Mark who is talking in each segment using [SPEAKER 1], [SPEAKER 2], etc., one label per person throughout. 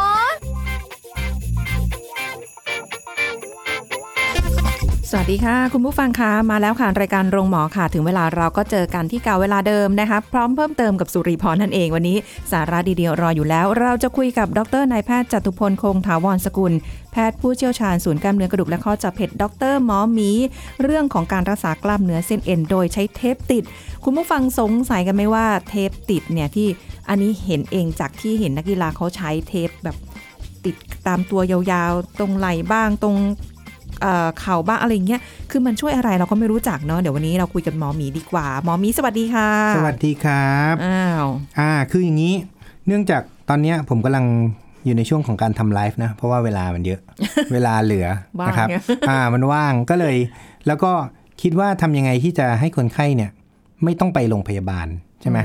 [SPEAKER 1] ล
[SPEAKER 2] สวัสดีค่ะ คุณผู้ฟังคะมาแล้วค่ะ รายการโรงหมอค่ะ ถึงเวลาเราก็เจอกันที่เก่าเวลาเดิมนะคะพร้อมเพิ่มเติมกับสุริพรนั่นเองวันนี้ สาระดีๆรออยู่แล้ว เราจะคุยกับดรนายแพทย์จตุพลคงถาวรสกุล แพทย์ผู้เชี่ยวชาญศูนย์กล้ามเนื้อกระดูกและข้อจับเผ็ดดรหมอหมี เรื่องของการรักษากล้ามเนื้อเส้นเอ็นโดยใช้เทปติด คุณผู้ฟังสงสัยกันไหมว่าเทปติดเนี่ยที่อันนี้เห็นเองจากที่เห็นนักกีฬาเขาใช้เทปแบบติดตามตัวยาวๆ ตรงไหล่บ้างตรง เอ่อเข่าบ้างอะไรอย่างเงี้ย คือมันช่วยอะไรเราก็ไม่รู้จักเนาะ เดี๋ยววันนี้เราคุยกับหมอหมีดีกว่า หมอหมีสวัสดีค่ะ
[SPEAKER 3] สวัสดีครับ
[SPEAKER 2] อ้าว
[SPEAKER 3] อ่า คืออย่างนี้ เนื่องจากตอนเนี้ยผมกำลังอยู่ในช่วงของการทำไลฟ์นะ เพราะว่าเวลามัน เยอะ เวลาเหลือ
[SPEAKER 2] ว่าง
[SPEAKER 3] นะครับ
[SPEAKER 2] เนี่ย
[SPEAKER 3] อ่า มันว่าง ก็เลย แล้วก็คิดว่าทำยังไงที่จะให้คนไข้เนี่ย ไม่ต้องไปโรงพยาบาลใช่ไหม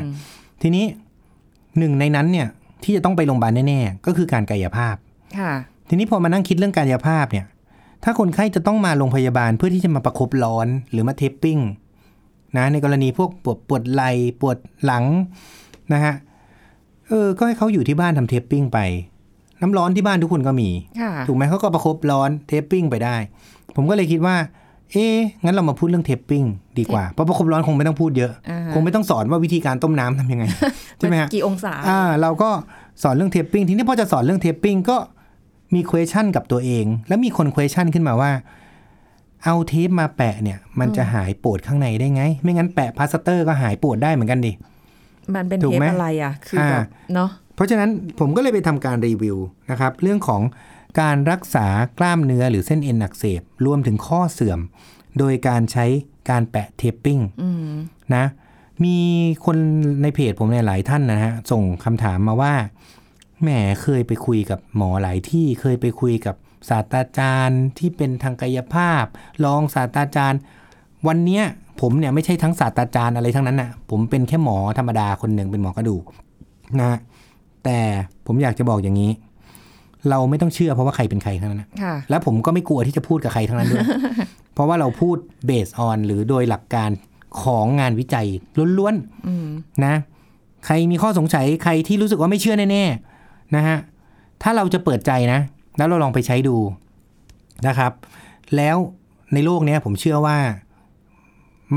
[SPEAKER 3] ทีนี้หนึ่งในนั้นเนี่ย ที่จะต้องไปโรงพยาบาลแน่ๆ ก็คือการกายภาพ
[SPEAKER 2] ค่ะ
[SPEAKER 3] ทีนี้พอมานั่งคิดเรื่องกายภาพเนี่ย ถ้าคนไข้จะต้องมาโรงพยาบาลเพื่อที่จะมาประคบร้อนหรือมาเทปปิ้งนะในกรณีพวกปวดปวดไหล่ปวดหลังนะฮะ เออ ก็ให้เขาอยู่ที่บ้านทำเทปปิ้งไป น้ำร้อนที่บ้านทุกคนก็มี
[SPEAKER 2] ค่ะ
[SPEAKER 3] ถูกไหมเขาก็ประคบร้อนเทปปิ้งไปได้ ผมก็เลยคิดว่า เอ๊ะงั้นเรามาพูดเรื่องเทปปิ้งดีกว่า เพราะประคบร้อนคงไม่ต้องพูดเยอะ
[SPEAKER 2] อ่าฮะ
[SPEAKER 3] คงไม่ต้องสอนว่าวิธีการต้มน้ำ ทำยังไง ใช่ไหมฮะ
[SPEAKER 2] กี่องศา
[SPEAKER 3] อ่าเราก็สอนเรื่องเทปปิ้งทีนี้พอจะสอนเรื่องเทปปิ้งก็มีเควชั่นกับตัวเอง แล้วมีคนเควชั่นขึ้นมาว่า เอาเทปมาแปะเนี่ย มันจะหายปวดข้างในได้ไง ไม่งั้นแปะพลาสเตอร์ก็หายปวดได้เหมือนกันดิ
[SPEAKER 2] มันเป็น
[SPEAKER 3] ถูก
[SPEAKER 2] เทป
[SPEAKER 3] ไหม
[SPEAKER 2] อะไรอ่ะ คืออา แบบเนาะ
[SPEAKER 3] เพราะฉะนั้นผมก็เลยไปทำการรีวิวนะครับ เรื่องของการรักษากล้ามเนื้อหรือเส้นเอ็นอักเสบรวมถึงข้อเสื่อม โดยการใช้การแปะเทปปิ้ง
[SPEAKER 2] อืม
[SPEAKER 3] นะมีคนในเพจผมเนี่ยหลายท่านนะฮะ ส่งคำถามมาว่าแหมเคยไปคุยกับหมอหลายที่เคยไปคุยกับศาสตราจารย์ที่เป็นทางกายภาพ รองศาสตราจารย์ วันเนี้ยผมเนี่ยไม่ใช่ทั้งศาสตราจารย์อะไรทั้งนั้นน่ะ ผมเป็นแค่หมอธรรมดาคนหนึ่งเป็นหมอกระดูกนะฮะแต่ผมอยากจะบอกอย่างนี้ เราไม่ต้องเชื่อเพราะว่าใครเป็นใครทั้งนั้นนะ
[SPEAKER 2] ค่ะ
[SPEAKER 3] และผมก็ไม่กลัวที่จะพูดกับใครทั้งนั้น ด้วย เพราะว่าเราพูดเบสออนหรือโดยหลักการของงานวิจัยล้วน
[SPEAKER 2] อืม
[SPEAKER 3] ๆนะ ใครมีข้อสงสัยใครที่รู้สึกว่าไม่เชื่อแน่ๆนะฮะ ถ้าเราจะเปิดใจนะ แล้วเราลองไปใช้ดูนะครับ แล้วในโลกเนี้ยผมเชื่อว่า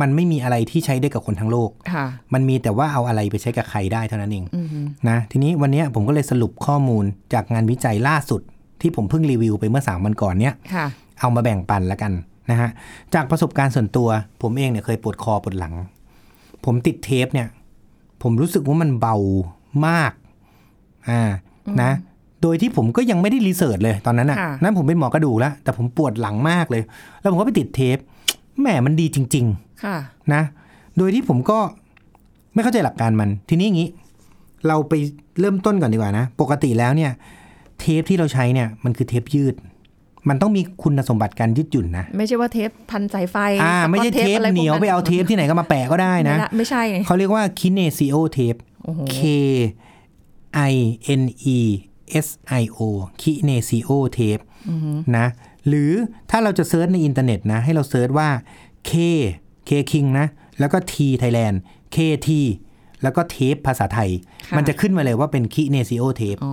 [SPEAKER 3] มันไม่มีอะไรที่ใช้ได้กับคนทั้งโลก
[SPEAKER 2] ค่ะ
[SPEAKER 3] มันมีแต่ว่าเอาอะไรไปใช้กับใครได้เท่านั้นเอง
[SPEAKER 2] อืม
[SPEAKER 3] นะทีนี้วันเนี้ยผมก็เลยสรุปข้อมูลจากงานวิจัยล่าสุด ที่ผมเพิ่งรีวิวไปเมื่อ 3 วันก่อนเนี้ย
[SPEAKER 2] ค่ะ
[SPEAKER 3] เอามาแบ่งปันละกันนะฮะจากประสบการณ์ส่วนตัว ผมเองเนี่ยเคยปวดคอปวดหลัง ผมติดเทปเนี่ย ผมรู้สึกว่ามันเบามากอ่านะ โดยที่ผมก็ยังไม่ได้รีเสิร์ชเลยตอนนั้น
[SPEAKER 2] ค่ะ
[SPEAKER 3] อะ่ะนั่นผมเป็นหมอกระดูกแล้ว แต่ผมปวดหลังมากเลย แล้วผมก็ไปติดเทปแหมมันดีจริง ๆ
[SPEAKER 2] ค่ะ
[SPEAKER 3] นะ โดยที่ผมก็ไม่เข้าใจหลักการมัน ทีนี้อย่างนี้ เราไปเริ่มต้นก่อนดีกว่านะ ปกติแล้วเนี่ย เทปที่เราใช้เนี่ยมันคือเทปยืด มันต้องมีคุณสมบัติการยืดหยุ่นนะ
[SPEAKER 2] ไม่ใช่ว่าเทปพันสายไฟ
[SPEAKER 3] อ่า ไม่ใช่เทป
[SPEAKER 2] ะรพก
[SPEAKER 3] เหนียวไปเอาเทปที่ไหนก็มาแปะก็ได้นะ
[SPEAKER 2] ไม่ลไม่ใช่ไง
[SPEAKER 3] เขาเรียกว่า kinesio tape
[SPEAKER 2] โอ้โห
[SPEAKER 3] K I N E S I O kinesio tape นะ หรือถ้าเราจะเซิร์ชในอินเทอร์เน็ตนะ ให้เราเซิร์ชว่า K K King นะ แล้วก็ T Thailand KT แล้วก็เทปภาษาไทย
[SPEAKER 2] ค่ะ
[SPEAKER 3] มันจะขึ้นมาเลยว่าเป็น kinesio tape
[SPEAKER 2] อ๋อ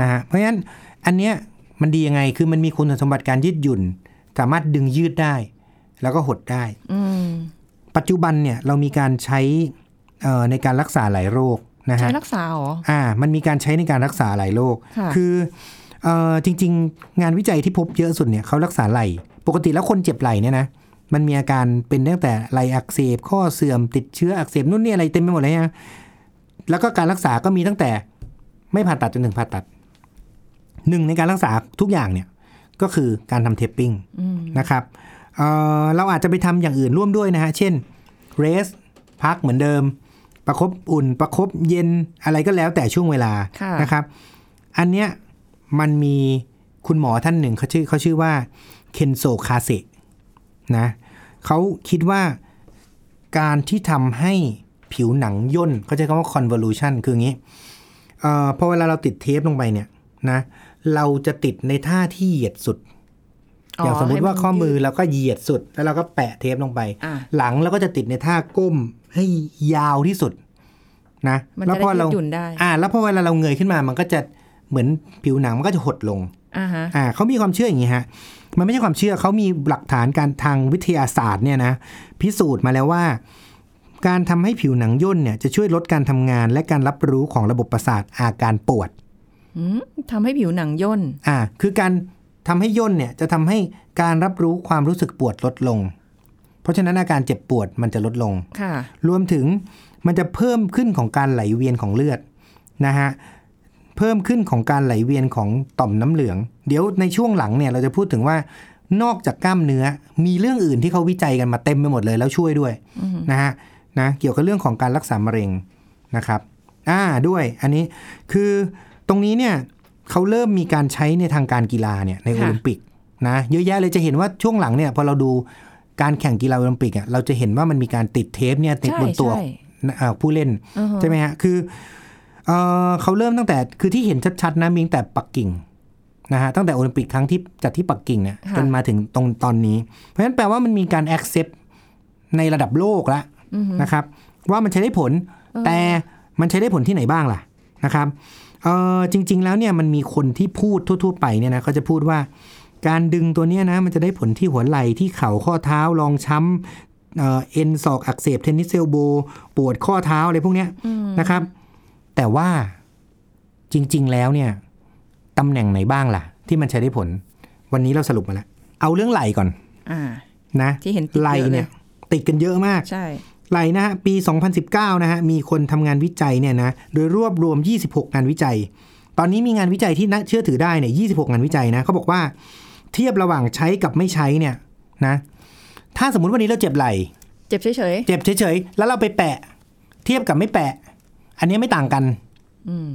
[SPEAKER 3] นะฮะเพราะฉะนั้นอันเนี้ยมันดียังไงคือมันมีคุณสมบัติการยืดหยุ่น สามารถดึงยืดได้ แล้วก็หดได้
[SPEAKER 2] อืม
[SPEAKER 3] ปัจจุบันเนี่ยเรามีการใช้เอ่อในการรักษาหลายโรคนะ
[SPEAKER 2] ใช้
[SPEAKER 3] ฮะ
[SPEAKER 2] รักษาเหรอ
[SPEAKER 3] อ่ามันมีการใช้ในการรักษาหลายโรค
[SPEAKER 2] ค่ะ
[SPEAKER 3] อเอ่อจริง ๆ งานวิจัยที่พบเยอะสุดเนี่ยเขารักษาไหล่ปกติแล้วคนเจ็บไหล่เนี่ยนะมันมีอาการเป็นตั้งแต่ไหล่อักเสบข้อเสื่อมติดเชื้ออักเสบนู่นนี่อะไรเต็มไปหมดเลยนะแล้วก็การรักษาก็มีตั้งแต่ไม่ผ่าตัดจนถึงผ่าตัดหนึ่งในการรักษาทุกอย่างเนี่ยก็คือการทำเทปปิ้ง
[SPEAKER 2] อืม
[SPEAKER 3] นะครับเอ่อเราอาจจะไปทำอย่างอื่นร่วมด้วยนะฮะ เช่นเรสพักเหมือนเดิม ประคบอุ่น ประคบเย็นอะไรก็แล้วแต่ช่วงเวลา
[SPEAKER 2] ค่ะ
[SPEAKER 3] นะครับ อันเนี้ยมันมี คุณหมอท่านหนึ่งเขาชื่อเขาชื่อว่าเคนโซคาเซนะเขาคิดว่าการที่ทำให้ผิวหนังย่นเขาใช้คำว่า convolution คืออย่างนี้เอ่อพอเวลาเราติดเทปลงไปเนี่ยนะเราจะติดในท่าที่เหยียดสุด อย่างสมมุติว่าข้อมือเราก็เหยียดสุด แล้วเราก็แปะเทปลงไป
[SPEAKER 2] อ่ะ
[SPEAKER 3] หลังเราก็จะติดในท่าก้มให้ยาวที่สุดนะ
[SPEAKER 2] มัน
[SPEAKER 3] แล้ว
[SPEAKER 2] จะ
[SPEAKER 3] พอ
[SPEAKER 2] ได้ยื
[SPEAKER 3] เรา
[SPEAKER 2] ดหยุ่นได้
[SPEAKER 3] อ่า แล้วพอเวลาเราเงยขึ้นมา มันก็จะเหมือนผิวหนังมันก็จะหดลง
[SPEAKER 2] อ่าฮะ
[SPEAKER 3] อ่าเขามีความเชื่ออย่างนี้ฮะ มันไม่ใช่ความเชื่อเขามีหลักฐานการทางวิทยาศาสตร์เนี่ยนะพิสูจน์มาแล้วว่า การทำให้ผิวหนังย่นเนี่ยจะช่วยลดการทำงานและการรับรู้ของระบบประสาทอาการปวด
[SPEAKER 2] อืมทำให้ผิวหนังย่น
[SPEAKER 3] อ่า คือการทำให้ย่นเนี่ยจะทำให้การรับรู้ความรู้สึกปวดลดลง เพราะฉะนั้นอาการเจ็บปวดมันจะลดลง
[SPEAKER 2] ค่ะ
[SPEAKER 3] รวมถึงมันจะเพิ่มขึ้นของการไหลเวียนของเลือดนะฮะ เพิ่มขึ้นของการไหลเวียนของต่อมน้ำเหลือง เดี๋ยวในช่วงหลังเนี่ยเราจะพูดถึงว่านอกจากกล้ามเนื้อมีเรื่องอื่นที่เขาวิจัยกันมาเต็มไปหมดเลยแล้วช่วยด้วยนะฮะนะเกี่ยวกับเรื่องของการรักษามะเร็งนะครับอ่าด้วยอันนี้คือตรงนี้เนี่ยเขาเริ่มมีการใช้ในทางการกีฬาเนี่ยในโอ
[SPEAKER 2] ค่ะ
[SPEAKER 3] ลิมปิกนะเยอะแยะเลยจะเห็นว่าช่วงหลังเนี่ยพอเราดูการแข่งกีฬาโอลิมปิกอ่ะเราจะเห็นว่ามันมีการติดเทปเนี่ยติด
[SPEAKER 2] ใช่
[SPEAKER 3] บนตัว
[SPEAKER 2] ใช่
[SPEAKER 3] เอ่อผู้เล่น
[SPEAKER 2] อือฮะ
[SPEAKER 3] ใช่ไหมฮะ คือเอ่อเขาเริ่มตั้งแต่ คือที่เห็นชัดๆนะมีตั้งแต่ปักกิ่งนะฮะ ตั้งแต่โอลิมปิกครั้งที่จัดที่ปักกิ่งเนี่ย
[SPEAKER 2] ะ
[SPEAKER 3] จนมาถึงตรงตอนนี้ เพราะฉะนั้นแปลว่ามันมีการ accept ในระดับโลกละ
[SPEAKER 2] อือฮึ
[SPEAKER 3] นะครับ ว่ามันใช้ได้ผล
[SPEAKER 2] เออ
[SPEAKER 3] แต่มันใช้ได้ผลที่ไหนบ้างล่ะนะครับเอ่อจริง ๆ แล้วเนี่ยมันมีคนที่พูดทั่ว ๆ ไปเนี่ยนะเขาจะพูดว่า การดึงตัวเนี้ยนะมันจะได้ผลที่หัวไหล่ที่เข่าข้อเท้ารองช้ำเอ่อเอ็นศอกอักเสบเทนนิสเซลโบปวดข้อเท้าอะไรพวกเนี้ย
[SPEAKER 2] อืม
[SPEAKER 3] นะครับ แต่ว่าจริง ๆ แล้วเนี่ยตำแหน่งไหนบ้างล่ะ ที่มันใช้ได้ผล วันนี้เราสรุปมาแล้วเอาเรื่องไหล่ก่อน
[SPEAKER 2] อ่า
[SPEAKER 3] นะ
[SPEAKER 2] ที่เห็นติด
[SPEAKER 3] ไหล่
[SPEAKER 2] เยอะเล
[SPEAKER 3] เนี่ย ย ติดกันเยอะมาก
[SPEAKER 2] ใช่
[SPEAKER 3] ไหลนะฮะปี 2019 นะฮะมีคนทำงานวิจัยเนี่ยนะโดยรวบรวม 26 งานวิจัย ตอนนี้มีงานวิจัยที่น่าเชื่อถือได้เนี่ย26 งานวิจัยนะเขาบอกว่าเทียบระหว่างใช้กับไม่ใช้เนี่ยนะถ้าสมมติวันนี้เราเจ็บไหล
[SPEAKER 2] เจ็บเฉย
[SPEAKER 3] เจ็บเฉยๆ แล้วเราไปแปะ เทียบกับไม่แปะ อันนี้ไม่ต่างกัน
[SPEAKER 2] ๆอืม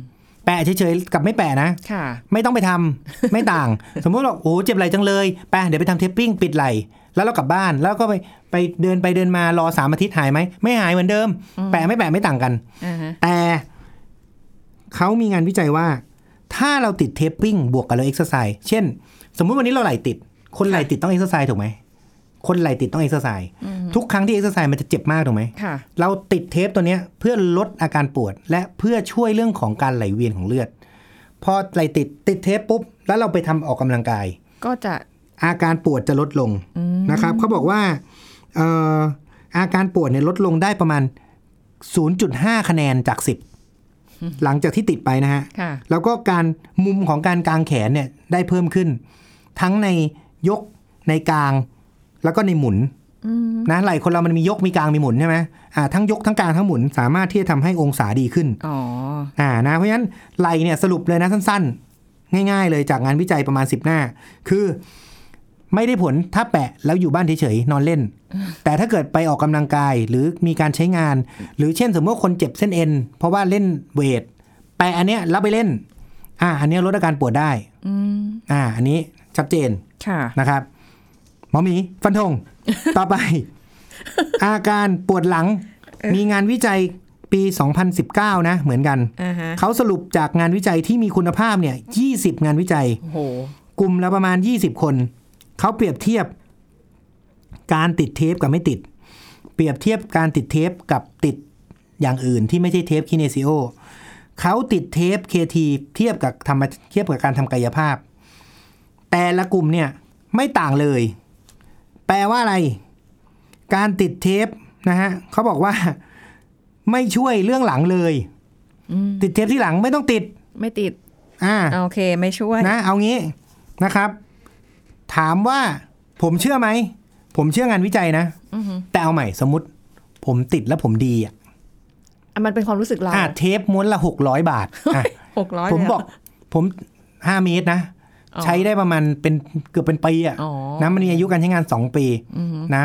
[SPEAKER 3] แปะเฉยๆ กับไม่แปะนะ
[SPEAKER 2] ค่ะ
[SPEAKER 3] ไม่ต้องไปทำ ไม่ต่าง สมมติบอกโอ้เจ็บไหล่จังเลยไปเดี๋ยวไปทำเทปปิ้งปิดไหล่แล้วเรากลับบ้านแล้วก็ไปไปเดินไปเดินมารอสามอาทิตย์หายไหมไม่หายเหมือนเดิม
[SPEAKER 2] อืม
[SPEAKER 3] แปะไม่แปะไม่ต่างกัน
[SPEAKER 2] อ่าฮะ
[SPEAKER 3] แต่เขามีงานวิจัยว่า ถ้าเราติดเทปปิ้งบวกกับเราเอ็กซ์ไซส์เช่น สมมุติวันนี้เราไหล่ติด คนไหล่ติดต้องเอ็กซ์ไซส์ถูกไหมคนไหล่ติดต้องเอ็กซ์ไซส์ทุกครั้งที่เอ็กซ์ไซส์มันจะเจ็บมากถูกไหม
[SPEAKER 2] ค่ะ
[SPEAKER 3] เราติดเทปตัวเนี้ยเพื่อลดอาการปวด และเพื่อช่วยเรื่องของการไหลเวียนของเลือด พอไหลติดติดเทปปุ๊บ แล้วเราไปทำออกกำลังกาย
[SPEAKER 2] ก็จะ
[SPEAKER 3] อาการปวดจะลดลง
[SPEAKER 2] อืม
[SPEAKER 3] นะครับเขาบอกว่าเอ่ออาการปวดเนี่ยลดลงได้ประมาณ 0.5 คะแนนจาก 10 หลังจากที่ติดไปนะฮะ
[SPEAKER 2] ค่ะ
[SPEAKER 3] แล้วก็การมุมของการกางแขนเนี่ยได้เพิ่มขึ้น ทั้งในยกในกาง แล้วก็ในหมุน
[SPEAKER 2] อืม
[SPEAKER 3] นะไหล่คนเรามันมียกมีกางมีหมุนใช่ไหมอ่าทั้งยกทั้งกางทั้งหมุนสามารถที่จะทำให้องศาดีขึ้น
[SPEAKER 2] อ๋อ
[SPEAKER 3] อ่านะเพราะฉะนั้นไหล่เนี่ยสรุปเลยนะสั้นๆ ง่าย ๆ เลยจากงานวิจัยประมาณ 10 หน้า คือไม่ได้ผลถ้าแปะแล้วอยู่บ้านเฉยๆนอนเล่น แต่ถ้าเกิดไปออกกำลังกายหรือมีการใช้งาน หรือเช่นสมมติว่าคนเจ็บเส้นเอ็น เพราะว่าเล่นเวท แปะอันเนี้ยแล้วไปเล่น อ่า อันเนี้ยลดอาการปวดได้
[SPEAKER 2] อืม
[SPEAKER 3] อ่า อันนี้ชัดเจน
[SPEAKER 2] ค่ะ
[SPEAKER 3] นะครับหมอหมีฟันธง ต่อไป อาการปวดหลัง มีงานวิจัยปี 2019 นะ เหมือนกัน
[SPEAKER 2] อ่าฮะ
[SPEAKER 3] เขาสรุปจากงานวิจัยที่มีคุณภาพเนี่ย 20 งานวิจัย
[SPEAKER 2] โอ้โห
[SPEAKER 3] กลุ่มละประมาณ 20 คน เขาเปรียบเทียบการติดเทปกับไม่ติด เปรียบเทียบการติดเทปกับติดอย่างอื่นที่ไม่ใช่เทปคิเนซิโอเขาติดเทป KT เทียบกับทำเทียบกับการทำกายภาพ แต่ละกลุ่มเนี่ยไม่ต่างเลย แปลว่าอะไร การติดเทปนะฮะเขาบอกว่า ไม่ช่วยเรื่องหลังเลย
[SPEAKER 2] อืม
[SPEAKER 3] ติดเทปที่หลังไม่ต้องติด
[SPEAKER 2] ไม่ติด
[SPEAKER 3] อ่า
[SPEAKER 2] โอเค ไม่ช่วย
[SPEAKER 3] นะเอางี้นะครับ ถามว่าผมเชื่อไหม ผมเชื่องานวิจัยนะ
[SPEAKER 2] อือฮึ
[SPEAKER 3] แต่เอาใหม่สมมติ ผมติดแล้วผมดีอ่ะ
[SPEAKER 2] อ่ะมันเป็นความรู้สึกเรา
[SPEAKER 3] อ่ะเทปม้วนละหกร้อยบาทอ่ะ
[SPEAKER 2] หกร้อย
[SPEAKER 3] ผม
[SPEAKER 2] เลยเหร
[SPEAKER 3] บอกผมห้าเมตรนะ
[SPEAKER 2] อ๋อ
[SPEAKER 3] ใช้ได้ประมาณเป็นเกือบเป็นปีอ่ะ
[SPEAKER 2] อ๋อ
[SPEAKER 3] นะมันมีอายุการใช้งานสองปี
[SPEAKER 2] อือฮึ
[SPEAKER 3] นะ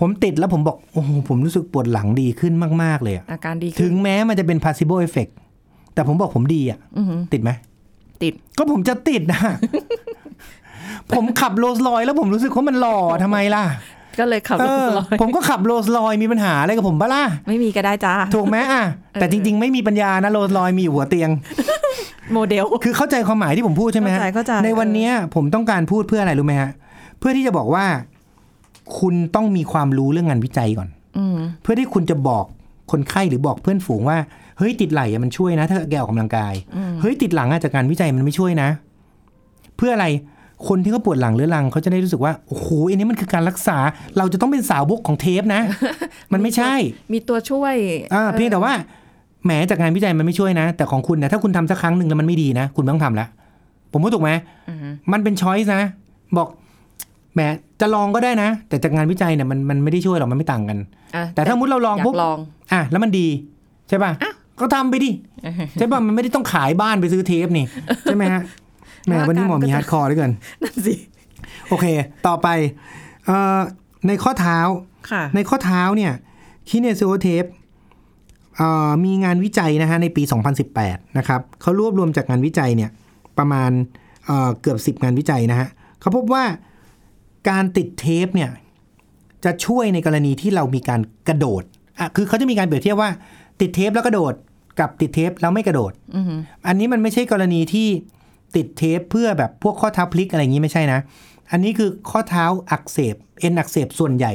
[SPEAKER 3] ผมติดแล้วผมบอก โอ้โหผมรู้สึกปวดหลังดีขึ้นมาก ๆ เลยอ่ะ
[SPEAKER 2] อาการดี
[SPEAKER 3] ถึ
[SPEAKER 2] ขึ้น
[SPEAKER 3] งแม้มันจะเป็น possible effect แต่ผมบอกผมดีอ่ะ
[SPEAKER 2] อือฮึ
[SPEAKER 3] ติดไหม
[SPEAKER 2] ติด
[SPEAKER 3] ก็ผมจะติดนะ ผมขับโรลส์รอยซ์แล้วผมรู้สึกว่ามันหล่อทำไมล่ะ
[SPEAKER 2] ก็เลยขับร
[SPEAKER 3] เอ
[SPEAKER 2] ถ
[SPEAKER 3] อ
[SPEAKER 2] ลอย
[SPEAKER 3] ผมก็ขับโรลส์รอยซ์มีปัญหาอะไรกับผมปะล่ะ
[SPEAKER 2] ไม่มีก็ได้จ้า
[SPEAKER 3] ถูกไหมอ่ะ แต่
[SPEAKER 2] เออ
[SPEAKER 3] จริง ๆ ไม่มีปัญญานะโรลส์รอยซ์มีอยู่หัวเตียง
[SPEAKER 2] โมเดล
[SPEAKER 3] คือเข้าใจความหมายที่ผมพูดใช่ไหมฮะ
[SPEAKER 2] เข้าใจเข้าใจ
[SPEAKER 3] วันเนี้ยผมต้องการพูดเพื่ออะไรรู้ไหมฮะ เพื่อที่จะบอกว่า คุณต้องมีความรู้เรื่องงานวิจัยก่อน
[SPEAKER 2] อืม
[SPEAKER 3] เพื่อที่คุณจะบอกคนไข้หรือบอกเพื่อนฝูงว่า เฮ้ยติดไหล่อะมันช่วยนะ ถ้าแกออกกำลังกาย เฮ้ยติดหลังอะจากการวิจัยมันไม่ช่วยนะ เพื่ออะไรคนที่เขาปวดหลังเรื้อรังเขาจะได้รู้สึกว่าโอ้โหอันนี้มันคือการรักษา เราจะต้องเป็นสาวบกของเทป นะ มันไม่ใช่
[SPEAKER 2] มีตัวช่วย
[SPEAKER 3] อ่าเพียงแต่ว่าแหมจากงานวิจัยมันไม่ช่วยนะ แต่ของคุณนะถ้าคุณทำสักครั้งหนึ่งแล้วมันไม่ดีนะ คุณไม่ต้องทำละผมพูดถูกไหม
[SPEAKER 2] อืม
[SPEAKER 3] มันเป็นช้อยส์นะ บอกแหมจะลองก็ได้นะ แต่จากงานวิจัยเนี่ยมันมันไม่ได้ช่วยหรอกมันไม่ต่างกัน
[SPEAKER 2] อ่ะ
[SPEAKER 3] แต่ถ้าสมมุติเราลอง
[SPEAKER 2] อยา
[SPEAKER 3] ปุ๊บ
[SPEAKER 2] กลอง
[SPEAKER 3] อ่ะแล้วมันดีใช่ป่ะก็ทำไปดิ ใช่ป่ะ มันไม่ได้ต้องขายบ้านไปซื้อเทปนี่ ใช่ไหมฮะแหม
[SPEAKER 2] ว่า
[SPEAKER 3] วันนี้
[SPEAKER 2] การ
[SPEAKER 3] หมอ
[SPEAKER 2] ก็
[SPEAKER 3] มี
[SPEAKER 2] จะ
[SPEAKER 3] ฮาร์ดคอร์ด้วยกัน
[SPEAKER 2] นั่นสิ
[SPEAKER 3] โอเค ต่อไปเอ่อในข้อเท้า
[SPEAKER 2] ค่ะ
[SPEAKER 3] ในข้อเท้าเนี่ยคิเนซิโอเทปมีงานวิจัยนะฮะในปี 2018 นะครับเขารวบรวมจากงานวิจัยเนี่ยประมาณเอ่อเกือบ 10 งานวิจัยนะฮะเขาพบว่าการติดเทปเนี่ยจะช่วยในกรณีที่เรามีการกระโดดอ่ะคือเขาจะมีการเปรียบเทียบว่า ติดเทปแล้วกระโดดกับติดเทปแล้วไม่กระโดด
[SPEAKER 2] อืม
[SPEAKER 3] อันนี้มันไม่ใช่กรณีที่ติดเทปเพื่อแบบพวกข้อเท้าพลิกอะไรอย่างนี้ไม่ใช่นะ อันนี้คือข้อเท้าอักเสบเอ็นอักเสบส่วนใหญ่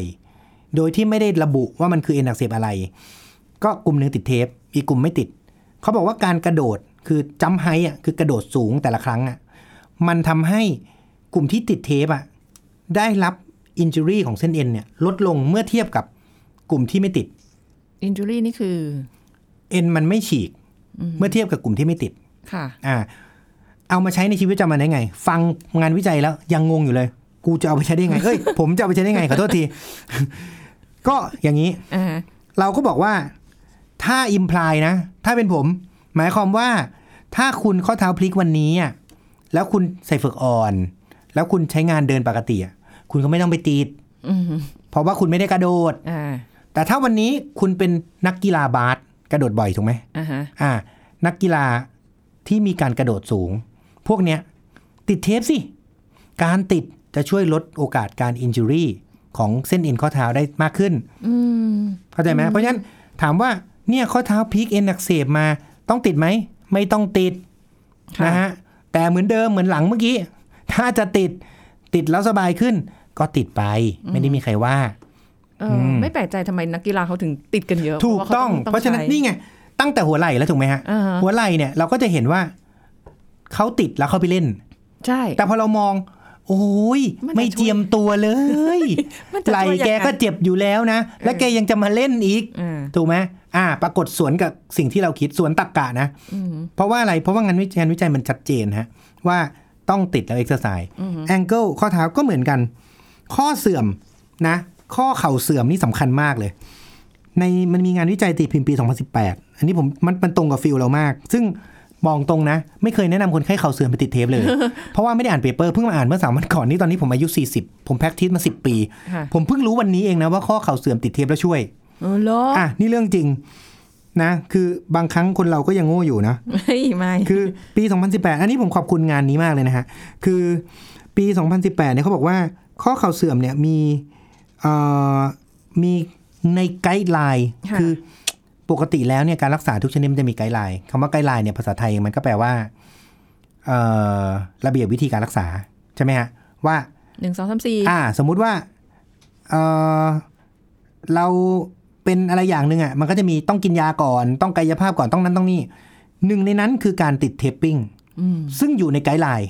[SPEAKER 3] โดยที่ไม่ได้ระบุว่ามันคือเอ็นอักเสบอะไร ก็กลุ่มหนึ่งติดเทป อีกกลุ่มไม่ติด เขาบอกว่าการกระโดดคือจัมไฮอ่ะคือกระโดดสูงแต่ละครั้งอ่ะมันทำให้กลุ่มที่ติดเทปอ่ะได้รับอินจูรี่ของเส้นเอ็นเนี่ยลดลงเมื่อเทียบกับกลุ่มที่ไม่ติด
[SPEAKER 2] อินจูรี่นี่คือ
[SPEAKER 3] เอ็นมันไม่ฉีก เมื่อเทียบกับกลุ่มที่ไม่ติด
[SPEAKER 2] ค่ะ
[SPEAKER 3] อ่าเอามาใช้ในชีวิตประจำวันได้ไง ฟังงานวิจัยแล้วยังงงอยู่เลย กูจะเอาไปใช้ได้ไงเอ้ย ผมจะเอาไปใช้ได้ไงขอโทษที ก็อย่างนี้
[SPEAKER 2] อ่า
[SPEAKER 3] เราก็บอกว่าถ้าอิมพลายนะ ถ้าเป็นผม หมายความว่า ถ้าคุณข้อเท้าพลิกวันนี้อะแล้วคุณใส่เฝือกอ่อน แล้วคุณใช้งานเดินปกติอะคุณก็ไม่ต้องไปตีด
[SPEAKER 2] อืม
[SPEAKER 3] เพราะว่าคุณไม่ได้กระโดด
[SPEAKER 2] อ่า
[SPEAKER 3] แต่ถ้าวันนี้คุณเป็นนักกีฬาบาสกระโดดบ่อยถูกไหม
[SPEAKER 2] อ่าฮะ
[SPEAKER 3] อ่านักกีฬาที่มีการกระโดดสูง พวกเนี้ยติดเทปสิ การติดจะช่วยลดโอกาสการอิน u r y ของเส้นเอ็นข้อเท้าได้มากขึ้น
[SPEAKER 2] อืม
[SPEAKER 3] เข้าใจไหมเพราะฉะนั้นถามว่าเนี่ยข้อเท้าพีกเอ็นอักเสบมาต้องติดไหม ไม่ต้องติด
[SPEAKER 2] ค่
[SPEAKER 3] นะฮะแต่เหมือนเดิมเหมือนหลังเมื่อกี้ ถ้าจะติดติดแล้วสบายขึ้น ก็ติดไปไม่ได้มีใครว่า
[SPEAKER 2] เอออ
[SPEAKER 3] ม
[SPEAKER 2] ไม่แปลกใจทำไมนักกีฬาเขาถึงติดกันเยอะ
[SPEAKER 3] ถูกต้อง
[SPEAKER 2] พ
[SPEAKER 3] เพราะฉะนั้น
[SPEAKER 2] ใช้
[SPEAKER 3] นี่ไงตั้งแต่หัวไหล่แล้วถูกไหมฮะ
[SPEAKER 2] อ่าฮะ
[SPEAKER 3] หัวไหล่เนี่ยเราก็จะเห็นว่าเขาติดแล้วเขาไปเล่น
[SPEAKER 2] ใช่
[SPEAKER 3] แต่พอเรามอง โอ้ย
[SPEAKER 2] มันจะ
[SPEAKER 3] ไม่เจียมตัวเลย
[SPEAKER 2] มันจะ
[SPEAKER 3] ไหล่
[SPEAKER 2] ช่วยยังไง
[SPEAKER 3] แกก็เจ็บอยู่แล้วนะ และแกยังจะมาเล่นอีก
[SPEAKER 2] อ่า
[SPEAKER 3] ถูกไหมอ่า ปรากฏสวนกับสิ่งที่เราคิดสวนตักกะนะ
[SPEAKER 2] อืม
[SPEAKER 3] เพราะว่าอะไร เพราะว่างานวิจัยงานวิจัยมันชัดเจนฮะ ว่าต้องติดแล้วเอ็กซ์ไซส์
[SPEAKER 2] อือฮึ
[SPEAKER 3] แองเกิลข้อเท้าก็เหมือนกัน ข้อเสื่อมนะ ข้อเข่าเสื่อมนี่สำคัญมากเลย ในมันมีงานวิจัยตีพิมพ์ปี 2018 อันนี้ผมมันมันตรงกับฟิลเรามาก ซึ่งบอกตรงนะ ไม่เคยแนะนำคนไข้เข่าเสื่อมไปติดเทป เลย เพราะว่าไม่ได้อ่านเปเปอร์เพิ่งมาอ่านเมื่อสามวันก่อนนี่ตอนนี้ผมอายุ 40 ผมแพ็กทิสมา 10 ปี
[SPEAKER 2] ค่ะ
[SPEAKER 3] ผมเพิ่งรู้วันนี้เองนะว่าข้อเข่าเสื่อมติดเทปแล้วช่วย
[SPEAKER 2] เออเหรอ
[SPEAKER 3] อ่ะนี่เรื่องจริงนะ คือบางครั้งคนเราก็ยังโง่อยู่นะ
[SPEAKER 2] ไม่ไม่
[SPEAKER 3] คือปี 2018 อันนี้ผมขอบคุณงานนี้มากเลยนะฮะ คือปี 2018 เนี่ยเขาบอกว่าข้อเข่าเสื่อมเนี่ยมีเอ่อมีในไกด์ไลน์
[SPEAKER 2] ะ
[SPEAKER 3] คือปกติแล้วเนี่ยการรักษาทุกชนิดมันจะมีไกด์ไลน์คำว่าไกด์ไลน์เนี่ยภาษาไทยมันก็แปลว่าเอ่อระเบียบวิธีการรักษา ใช่ไหมฮะ ว่า
[SPEAKER 2] หนึ่งสองสามสี่
[SPEAKER 3] อ่า สมมุติว่าเอ่อเราเป็นอะไรอย่างหนึ่งอ่ะ มันก็จะมีต้องกินยาก่อน ต้องกายภาพก่อนต้องนั้นต้องนี่หนึ่งในนั้นคือการติดเทปปิ้ง
[SPEAKER 2] อืม
[SPEAKER 3] ซึ่งอยู่ในไกด์ไลน์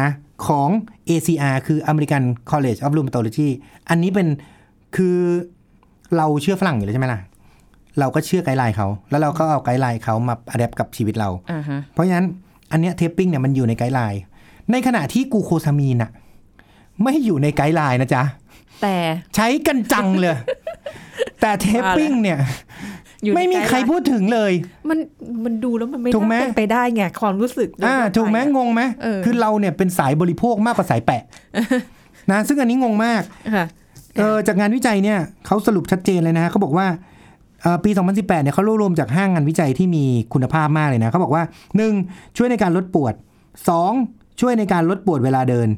[SPEAKER 3] นะของ ACR คือ American College of Rheumatology อันนี้เป็นคือเราเชื่อฝรั่งอยู่แล้วใช่ไหมล่ะ เราก็เชื่อไกด์ไลน์เขา แล้วเราก็เอาไกด์ไลน์เขามาอัดแอปกับชีวิตเรา
[SPEAKER 2] อ่าฮะ
[SPEAKER 3] เพราะฉะนั้นอันเนี้ยเทปปิ้งเนี่ยมันอยู่ในไกด์ไลน์ ในขณะที่กลูโคซามีนอะไม่อยู่ในไกด์ไลน์นะจ๊ะ
[SPEAKER 2] แต่
[SPEAKER 3] ใช้กันจังเลย แต่เทปปิ้งเนี่ย
[SPEAKER 2] อยู่น
[SPEAKER 3] ไม่มีใคร
[SPEAKER 2] ไกด์ไลน์
[SPEAKER 3] พูดถึงเลย
[SPEAKER 2] มันมันดูแล้วมันไม่
[SPEAKER 3] ถูกไหม
[SPEAKER 2] น่าเป็นไปได้ไงความรู้สึกโดย
[SPEAKER 3] อ่า
[SPEAKER 2] ทั่วป
[SPEAKER 3] ถูกไหม
[SPEAKER 2] อะ
[SPEAKER 3] งงไหม
[SPEAKER 2] เออ
[SPEAKER 3] คือเราเนี่ยเป็นสายบริโภคมากกว่าสายแปะนะซึ่งอันนี้งงมาก
[SPEAKER 2] ค่ะ
[SPEAKER 3] เออจากงานวิจัยเนี่ยเขาสรุปชัดเจนเลยนะฮะเขาบอกว่าเ เอ่อปี 2018 เนี่ยเขารวบรวมจากห้างงานวิจัยที่มีคุณภาพมากเลยนะเขาบอกว่า 1. ช่วยในการลดปวด 2. ช่วยในการลดปวดเวลาเดิน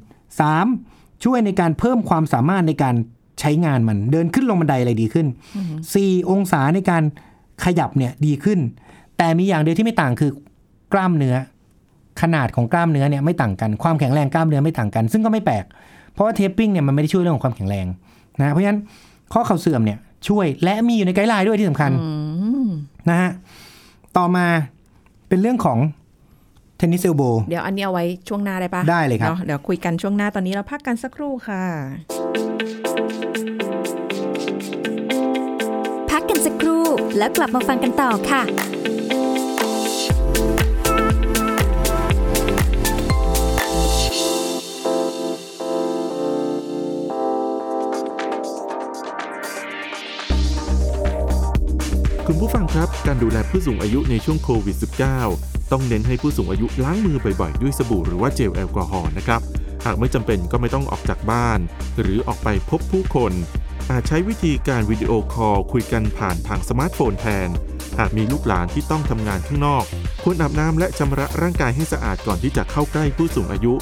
[SPEAKER 3] 3. ช่วยในการเพิ่มความสามารถในการใช้งานมันเดินขึ้นลงบันไดอะไรดีขึ้น 4. องศาในการขยับเนี่ยดีขึ้น แต่มีอย่างเดียวที่ไม่ต่างคือกล้ามเนื้อ ขนาดของกล้ามเนื้อเนี่ยไม่ต่างกันความแข็งแรงกล้ามเนื้อไม่ต่างกัน ซึ่งก็ไม่แปลก เพราะว่าเทปปิ้งเนี่ยมันไม่ได้ช่วยเรื่องของความแข็งแรงนะเพราะฉะนั้นข้อเข่าเสื่อมเนี่ยช่วยและมีอยู่ในไกด์ไลน์ด้วยที่สำคัญ
[SPEAKER 2] อืม
[SPEAKER 3] นะฮะต่อมาเป็นเรื่องของเทนนิสเอลโบ
[SPEAKER 2] เดี๋ยวอันนี้เอาไว้ช่วงหน้าได้ปะ
[SPEAKER 3] ได้เลยครับ
[SPEAKER 2] นาะเดี๋ยวคุยกันช่วงหน้าตอนนี้เราพักกันสักครู่ค่ะ
[SPEAKER 1] พักกันสักครู่แล้วกลับมาฟังกันต่อค่ะ
[SPEAKER 4] คุณผู้ฟังครับ การดูแลผู้สูงอายุในช่วงโควิด -19 ต้องเน้นให้ผู้สูงอายุล้างมือบ่อยๆ ด้วยสบู่หรือว่าเจลแอลกอฮอล์นะครับ หากไม่จำเป็นก็ไม่ต้องออกจากบ้าน หรือออกไปพบผู้คน อาจใช้วิธีการวิดีโอคอลคุยกันผ่านทางสมาร์ทโฟนแทน หากมีลูกหลานที่ต้องทำงานข้างนอก ควรอาบน้ำและชำระร่างกายให้สะอาดก่อนที่จะเข้าใกล้ผู้สูงอายุ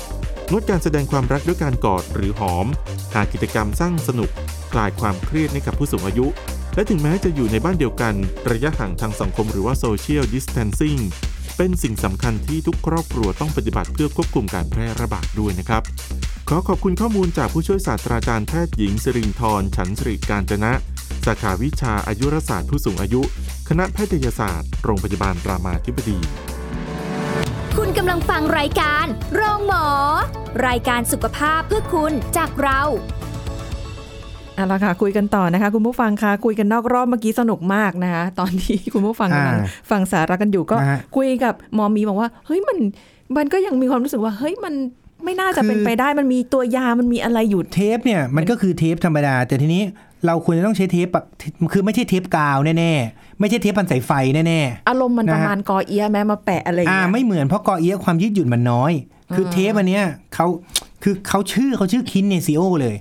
[SPEAKER 4] งดการแสดงความรักด้วยการกอดหรือหอม หากิจกรรมสร้างสนุก คลายความเครียดให้กับผู้สูงอายุ และถึงแม้จะอยู่ในบ้านเดียวกัน ระยะห่างทางสังคมหรือว่า Social Distancing เป็นสิ่งสำคัญที่ทุกครอบครัวต้องปฏิบัติเพื่อควบคุมการแพร่ระบาดด้วยนะครับ ขอขอบคุณข้อมูลจากผู้ช่วยศาสตราจารย์แพทย์หญิงสิรินทรฉันสิริการจนะ สาขาวิชาอายุรศาสตร์ผู้สูงอายุ คณะแพทยศาสตร์ โรงพยาบาลรามาธิบดี
[SPEAKER 1] คุณกำลังฟังรายการ โรงหมอ รายการสุขภาพเพื่อคุณจากเรา
[SPEAKER 2] เอาละค่ะคุยกันต่อนะคะคุณผู้ฟังคะคุยกันนอกรอบเมื่อกี้สนุกมากนะคะตอนที่ คุณผู้ฟังกำลัง
[SPEAKER 3] อ่า
[SPEAKER 2] ฟังสาระกันอยู่ก็
[SPEAKER 3] นะฮะ
[SPEAKER 2] คุยกับหมอหมีบอกว่าเฮ้ยมันมันก็ยังมีความรู้สึกว่าเฮ้ยมันไม่น่าจะเป็น
[SPEAKER 3] คือ
[SPEAKER 2] ไปได้มันมีตัวยามันมีอะไรอยู่
[SPEAKER 3] เทปเนี่ยมันก็คือเทปธรรมดา แต่ทีนี้เราควรจะต้องใช้เทปปะคือไม่ใช่เทปกาวแน่ๆ ไม่ใช่เทปพันสายไฟแน่
[SPEAKER 2] อารมณ์มัน
[SPEAKER 3] นะฮะ
[SPEAKER 2] ประมาณกอเอียะแม้มาแปะอะไรอย่า
[SPEAKER 3] ๆ
[SPEAKER 2] ง
[SPEAKER 3] อ่า
[SPEAKER 2] เงี้ย
[SPEAKER 3] ไม่เหมือนเพราะกอเอี๊ยะความยืดหยุ่นมันน้อย คือเทปอันเนี้ยเขาคือเขาชื่อเขาชื่อคินเนซิโอเลย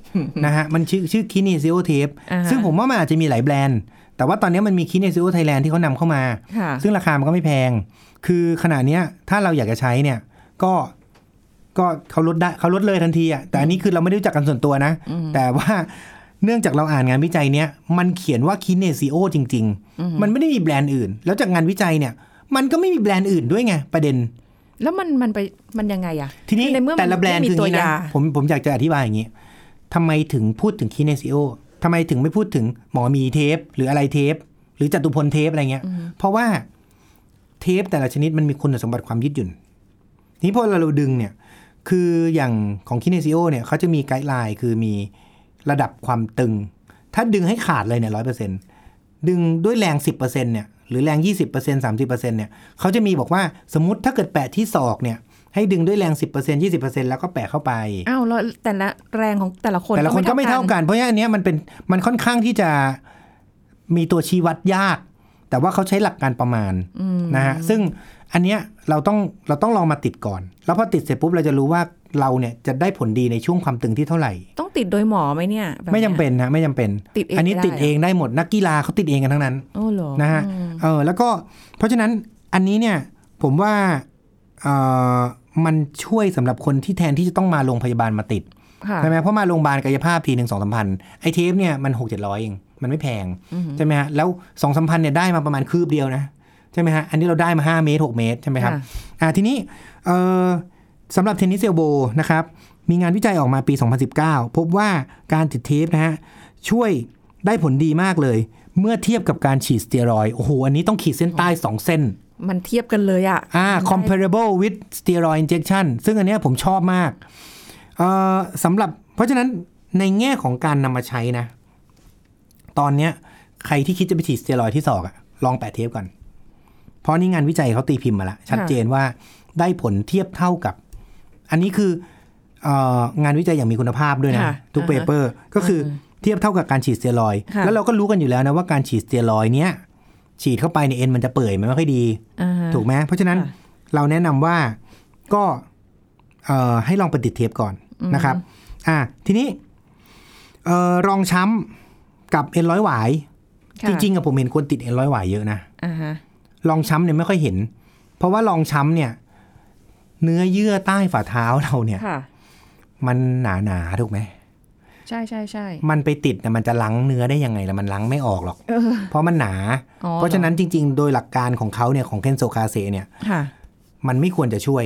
[SPEAKER 3] นะฮะมันชื่อชื่อคินเนซิโอเทป
[SPEAKER 2] อ่าฮะ
[SPEAKER 3] ซึ่งผมว่ามันอาจจะมีหลายแบรนด์ แต่ว่าตอนนี้มันมีคินเนซิโอไทยแลนด์ที่เขานำเข้ามา
[SPEAKER 2] ค่ะ
[SPEAKER 3] ซึ่งราคามันก็ไม่แพง คือขนาดเนี้ยถ้าเราอยากจะใช้เนี่ยก็ก็เขาลดได้เขาลดเลยทันทีอ่ะ แต่อันนี้คือเราไม่ได้รู้จักกันส่วนตัวนะ แต่ว่าเนื่องจากเราอ่านงานวิจัยเนี้ยมันเขียนว่าคินเนซิโอจริง ๆ มันไม่ได้มีแบรนด์อื่น แล้วจากงานวิจัยเนี่ย มันก็ไม่มีแบรนด์อื่นด้วยไงประเด็น
[SPEAKER 2] แล้วมันมันไปมันยังไงอะ
[SPEAKER 3] ทีนี้
[SPEAKER 2] คือในเมื่อ
[SPEAKER 3] แต่ละแบรนด์
[SPEAKER 2] มั
[SPEAKER 3] คื
[SPEAKER 2] ไม่
[SPEAKER 3] อ
[SPEAKER 2] มี
[SPEAKER 3] อ
[SPEAKER 2] ตั
[SPEAKER 3] ย่าวงนี้
[SPEAKER 2] ยา
[SPEAKER 3] นะผมผมอยากจะอธิบายอย่างนี้ทำไมถึงพูดถึงคิเนซิโอทำไมถึงไม่พูดถึงหมอมีเทป หรืออะไรเทป หรือจตุพลเทปอะไรเงี้ย เพราะว่าเทปแต่ละชนิดมันมีคุณสมบัติความยืดหยุ่นทีนี้พอเราดึงเนี่ย คืออย่างของคิเนซิโอเนี่ยเขาจะมีไกด์ไลน์คือมีระดับความตึง ถ้าดึงให้ขาดเลยเนี่ยร้อยเปอร์เซ็นต์ดึงด้วยแรงสิบเปอร์เซ็นต์เนี่ยหรือแรงยี่สิบเปอร์เซ็นต์สามสิบเปอร์เซ็นต์เนี่ยเขาจะมีบอกว่าสมมติถ้าเกิดแปะที่ศอกเนี่ย ให้ดึงด้วยแรงสิบเปอร์เซ็นต์ยี่สิบเปอร์เซ็นต์แล้วก็แปะเข้าไป
[SPEAKER 2] อ้าวแล้วแต่ละแรงของแต่ละคน
[SPEAKER 3] แต่ละคนก็ไม่เท่ากัน เพราะฉะนั้นอันเนี้ยมันเป็นมันค่อนข้างที่จะมีตัวชี้วัดยาก แต่ว่าเขาใช้หลักการประมาณนะฮะซึ่งอันเนี้ยเราต้องเราต้องลองมาติดก่อน แล้วพอติดเสร็จปุ๊บเราจะรู้ว่าเราเนี่ยจะได้ผลดีในช่วงความตึงที่เท่าไหร่
[SPEAKER 2] ต้องติดโดยหมอไหมเนี่ยแบบ
[SPEAKER 3] ไม่
[SPEAKER 2] ย
[SPEAKER 3] จำเป็นนะไม่จำเป็น
[SPEAKER 2] ติดเอง
[SPEAKER 3] นนี้
[SPEAKER 2] ได้
[SPEAKER 3] ติด
[SPEAKER 2] เหรอ
[SPEAKER 3] เองได้หมดนักกีฬาเขาติดเองกันทั้งนั้น
[SPEAKER 2] โอ้เหรอ
[SPEAKER 3] นะฮะ
[SPEAKER 2] อืม
[SPEAKER 3] เออแล้วก็เพราะฉะนั้นอันนี้เนี่ยผมว่าเออมันช่วยสำหรับคนที่แทนที่จะต้องมาโรงพยาบาลมาติด
[SPEAKER 2] ค่ะ
[SPEAKER 3] ใช่ไหมเพราะมาโรงพยาบาลกายภาพทีหนึ่งสองสามพันไอเทปเนี่ยมันหกเจ็ดร้อยเอง มันไม่แพง ใช่ไหมฮะ แล้วสองสามพันเนี่ยได้มาประมาณคืบเดียวนะ ใช่ไหมฮะ อันนี้เราได้มาห้าเมตรหกเมตร ใช่ไหมครับ
[SPEAKER 2] ค่ะ
[SPEAKER 3] อ่าทีนี้เอ่อสำหรับเทนนิสเซลโบนะครับ มีงานวิจัยออกมาปี 2019 พบว่าการติดเทปนะฮะ ช่วยได้ผลดีมากเลย เมื่อเทียบกับการฉีดสเตียรอยด์โอ้โหอันนี้ต้องขีดเส้นใต้สองเส้น
[SPEAKER 2] มันเทียบกันเลยอะ
[SPEAKER 3] อ่า comparable with steroid injection ซึ่งอันเนี้ยผมชอบมากเอ่อสำหรับเพราะฉะนั้นในแง่ของการนำมาใช้นะ ตอนเนี้ยใครที่คิดจะไปฉีดสเตียรอยด์ที่ศอกอะลองแปะเทปก่อน เพราะนี่งานวิจัยเขาตีพิมพ์มาแล้วชัดเจนว่าได้ผลเทียบเท่ากับ อันนี้คือเอองานวิจัยอย่างมีคุณภาพด้วยนะ
[SPEAKER 2] ค่ะ
[SPEAKER 3] ทุก
[SPEAKER 2] อ่า
[SPEAKER 3] เป
[SPEAKER 2] ฮะ
[SPEAKER 3] เปอร์ก็คือเทียบเท่ากับการฉีดสเตียรอยด์
[SPEAKER 2] ค่ะ
[SPEAKER 3] แล้วเราก็รู้กันอยู่แล้วนะว่าการฉีดสเตียรอยด์เนี้ยฉีดเข้าไปในยเอ็นมันจะเปื่อยมันไม่ค่อยดี
[SPEAKER 2] อ่าฮะ
[SPEAKER 3] ถูกไหมเพราะฉะนั้น
[SPEAKER 2] ค่ะ
[SPEAKER 3] เราแนะนำว่าก็เอ่อให้ลองไปติดเทปก่อนนะครับ อ่าทีนี้เอ่อรองช้ำกับเอ็นร้อยหวาย
[SPEAKER 2] ค่ะ
[SPEAKER 3] จริงๆอะผมเห็นคนติดเอ็นร้อยหวายเยอะนะ
[SPEAKER 2] อ่าฮะ
[SPEAKER 3] รองช้ำเนี่ยไม่ค่อยเห็น เพราะว่ารองช้ำเนี่ย เนื้อเยื่อใต้ฝ่าเท้าเราเนี่ย
[SPEAKER 2] ค่ะ
[SPEAKER 3] มันหนาหนาๆถูกไหม
[SPEAKER 2] ใช่ใช่ใช่
[SPEAKER 3] มันไปติดนะมันจะล้างเนื้อได้ยังไงล่ะมันล้างไม่ออกหรอก
[SPEAKER 2] เออ
[SPEAKER 3] เพราะมันหนา
[SPEAKER 2] อ๋อ
[SPEAKER 3] เพราะฉะนั้นจริง ๆ โดยหลักการของเขาเนี่ยของเคนโซคาเซเนี่ย
[SPEAKER 2] ค่ะ
[SPEAKER 3] มันไม่ควรจะช่วย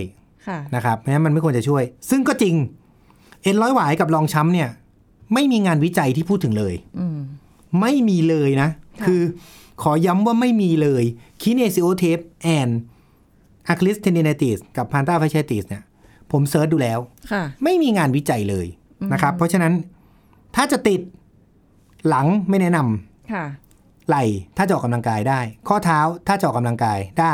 [SPEAKER 2] ค่ะ
[SPEAKER 3] นะครับเพราะฉะนั้นมันไม่ควรจะช่วย ซึ่งก็จริง เอ็นร้อยหวายกับรองช้ำเนี่ย ไม่มีงานวิจัยที่พูดถึงเลย
[SPEAKER 2] อืม
[SPEAKER 3] ไม่มีเลยนะ
[SPEAKER 2] ค่ะ
[SPEAKER 3] คือขอย้ำว่าไม่มีเลยคิเนซิโอเทปแอนอะคลิสเทนินติสกับพานตาไฟเชติสเนี่ย ผมเซิร์ชดูแล้ว
[SPEAKER 2] ค่ะ
[SPEAKER 3] ไม่มีงานวิจัยเลยนะครับ เพราะฉะนั้นถ้าจะติดหลังไม่แนะนำ
[SPEAKER 2] ค่ะ
[SPEAKER 3] ไหล่ถ้าจะออกกำลังกายได้ ข้อเท้าถ้าจะออกกำลังกายได้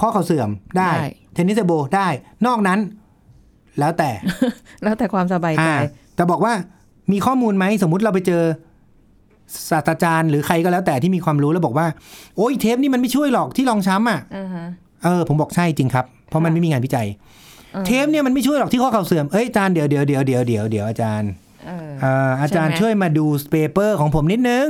[SPEAKER 3] ข้อเข่าเสื่อมได้
[SPEAKER 2] ได้
[SPEAKER 3] เทนนิสโบได้ นอกนั้น แล้วแต่
[SPEAKER 2] แล้วแต่ความสบายใจ
[SPEAKER 3] อ่าแต่บอกว่ามีข้อมูลไหมสมมุติเราไปเจอศาสตราจารย์หรือใครก็แล้วแต่ที่มีความรู้แล้วบอกว่า โอ้ยเทปนี่มันไม่ช่วยหรอกที่รองช้ำอ่ะ
[SPEAKER 2] อ่าฮะ
[SPEAKER 3] เออผมบอกใช่จริงครับ เพราะมัน
[SPEAKER 2] ค่ะ
[SPEAKER 3] ไม่มีงานวิจัย
[SPEAKER 2] เออ
[SPEAKER 3] เทปเนี่ยมันไม่ช่วยหรอกที่ข้อเข่าเสื่อมเอ้ยอาจารย์เดี๋ยวเดี๋ยวเดี๋ยวเดี๋ยวเดี๋ยวเดี๋ยวอาจารย์
[SPEAKER 2] เออ
[SPEAKER 3] เอ่ออาจารย์
[SPEAKER 2] ใช่ไหม
[SPEAKER 3] ช่วยมาดูสเปเปอร์ของผมนิดนึง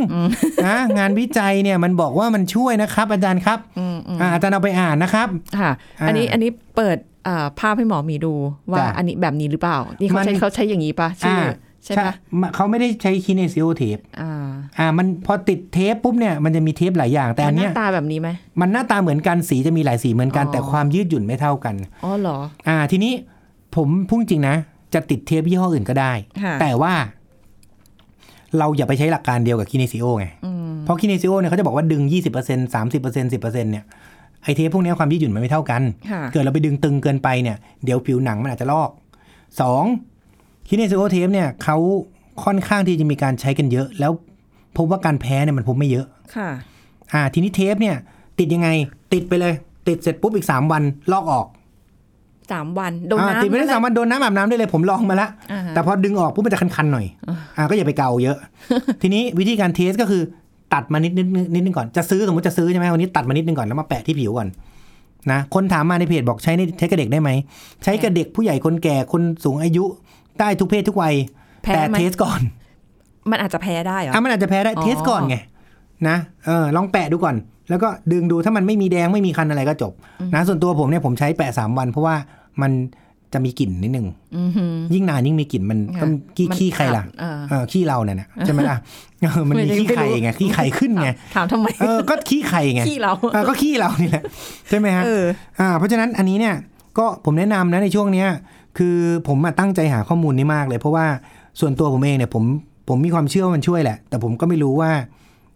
[SPEAKER 3] นะงานวิจัยเนี่ยมันบอกว่ามันช่วยนะครับ อาจารย์ครับ
[SPEAKER 2] อืมอืม
[SPEAKER 3] อ่าอาจารย์เอาไปอ่านนะครับ
[SPEAKER 2] ค่ะ อันนี้
[SPEAKER 3] อ่า
[SPEAKER 2] อันนี้เปิดอ่าภาพให้หมอหมีดูว่า
[SPEAKER 3] จ้ะ
[SPEAKER 2] อันนี้แบบนี้หรือเปล่า นี่เขา
[SPEAKER 3] มัน
[SPEAKER 2] ใช้เขาใช้อย่างนี้ปะชื่ออใช่ปะ
[SPEAKER 3] เขาไม่ได้ใช้คิเนซิโอเทป
[SPEAKER 2] อ่า
[SPEAKER 3] อ่ามันพอติดเทปปุ๊บเนี่ยมันจะมีเทปหลายอย่างแต่อัน
[SPEAKER 2] มัห
[SPEAKER 3] เนี้ย
[SPEAKER 2] น้าตาแบบนี้ไหม
[SPEAKER 3] มันหน้าตาเหมือนกันสีจะมีหลายสีเหมือนกัน
[SPEAKER 2] อ๋อ
[SPEAKER 3] แต่ความยืดหยุ่นไม่เท่ากัน
[SPEAKER 2] อ๋อเหรอ
[SPEAKER 3] อ่า ทีนี้ผมพุ่งจริงนะ จะติดเทปยี่ห้ออื่นก็ได้
[SPEAKER 2] ค่ะ
[SPEAKER 3] แต่ว่า เราอย่าไปใช้หลักการเดียวกับคิเนซิโอไง
[SPEAKER 2] อืม
[SPEAKER 3] เพราะคิเนซิโอเนี่ยเขาจะบอกว่าดึง 20% 30% 10%เนี่ยไอเทปพวกเนี้ยความยืดหยุ่นมันไม่เท่ากัน
[SPEAKER 2] ค่ะ
[SPEAKER 3] เกิดเราไปดึงตึงเกินไปเนี่ย เดี๋ยวผิวหนังมันอาจจะลอกสองคิเนซิโอเทปเนี่ยเขาค่อนข้างที่จะมีการใช้กันเยอะ แล้วพบว่าการแพ้เนี่ยมันพบไม่เยอะ
[SPEAKER 2] ค่ะ
[SPEAKER 3] อ่าทีนี้เทปเนี่ย ติดยังไง ติดไปเลย ติดเสร็จปุ๊บอีก 3 วันลอกออก
[SPEAKER 2] สามวันโดน
[SPEAKER 3] อ่า
[SPEAKER 2] น้ำ
[SPEAKER 3] ติดไปได้สามวันโดนน้ำอาบน้ำได้เลยผมลองมาละ
[SPEAKER 2] อ่าฮะ
[SPEAKER 3] แต่พอดึงออกปุ๊บมันจะคันๆหน่อยอ่าก็อย่าไปเกา เยอะ ทีนี้วิธีการเทสก็คือ ตัดมานิดนิดนิดนิดนึงก่อนจะซื้อสมมติจะซื้อใช่ไหมวันนี้ตัดมานิดนึงก่อนแล้วมาแปะที่ผิวก่อนนะคนถามมาในเพจบอกใช้ในใช้กับเด็กได้ไหมใช้กับเด็กผู้ใหญ่คนแก่คนสูงอายุได้ทุกเพศทุกวัย
[SPEAKER 2] แพ้
[SPEAKER 3] แต่
[SPEAKER 2] ไหม
[SPEAKER 3] เทสก่อน
[SPEAKER 2] มันอาจจะแพ้ได้เหรอ
[SPEAKER 3] อ่ะมันอาจจะแพ้ได้
[SPEAKER 2] อ๋อ
[SPEAKER 3] เทสก่อนไงนะเออลองแปะดูก่อน แล้วก็ดึงดูถ้ามันไม่มีแดงไม่มีคันอะไรก็จบ นะส่วนตัวผมเนี่ยผมใช้แปะ 3 วัน เพราะว่ามันจะมีกลิ่นนิดนึง
[SPEAKER 2] อือหือ
[SPEAKER 3] ยิ่งนานยิ่งมีกลิ่นมัน
[SPEAKER 2] ค่ะ
[SPEAKER 3] ก็ขี้
[SPEAKER 2] มัน
[SPEAKER 3] ขี้ใครล่ะ
[SPEAKER 2] อับเออ
[SPEAKER 3] เออขี้เราเนี่ยนะใช่ไหมล่ะเออมัน
[SPEAKER 2] ไม่
[SPEAKER 3] มี
[SPEAKER 2] ได้
[SPEAKER 3] ขี้ใคร
[SPEAKER 2] ไม่รู้
[SPEAKER 3] ไงขี้ใครขึ้นไง
[SPEAKER 2] ถามทำไม
[SPEAKER 3] เออก็ขี้ใครไง
[SPEAKER 2] ขี้เรา
[SPEAKER 3] เออก็ขี้เรานี่แหละใช่ไหมฮะ
[SPEAKER 2] เออ
[SPEAKER 3] อ่าเพราะฉะนั้นอันนี้เนี่ยก็ผมแนะนำนะในช่วงเนี้ยคือผมมาตั้งใจหาข้อมูลนี้มากเลย เพราะว่าส่วนตัวผมเองเนี่ยผมผมมีความเชื่อว่ามันช่วยแหละ แต่ผมก็ไม่รู้ว่า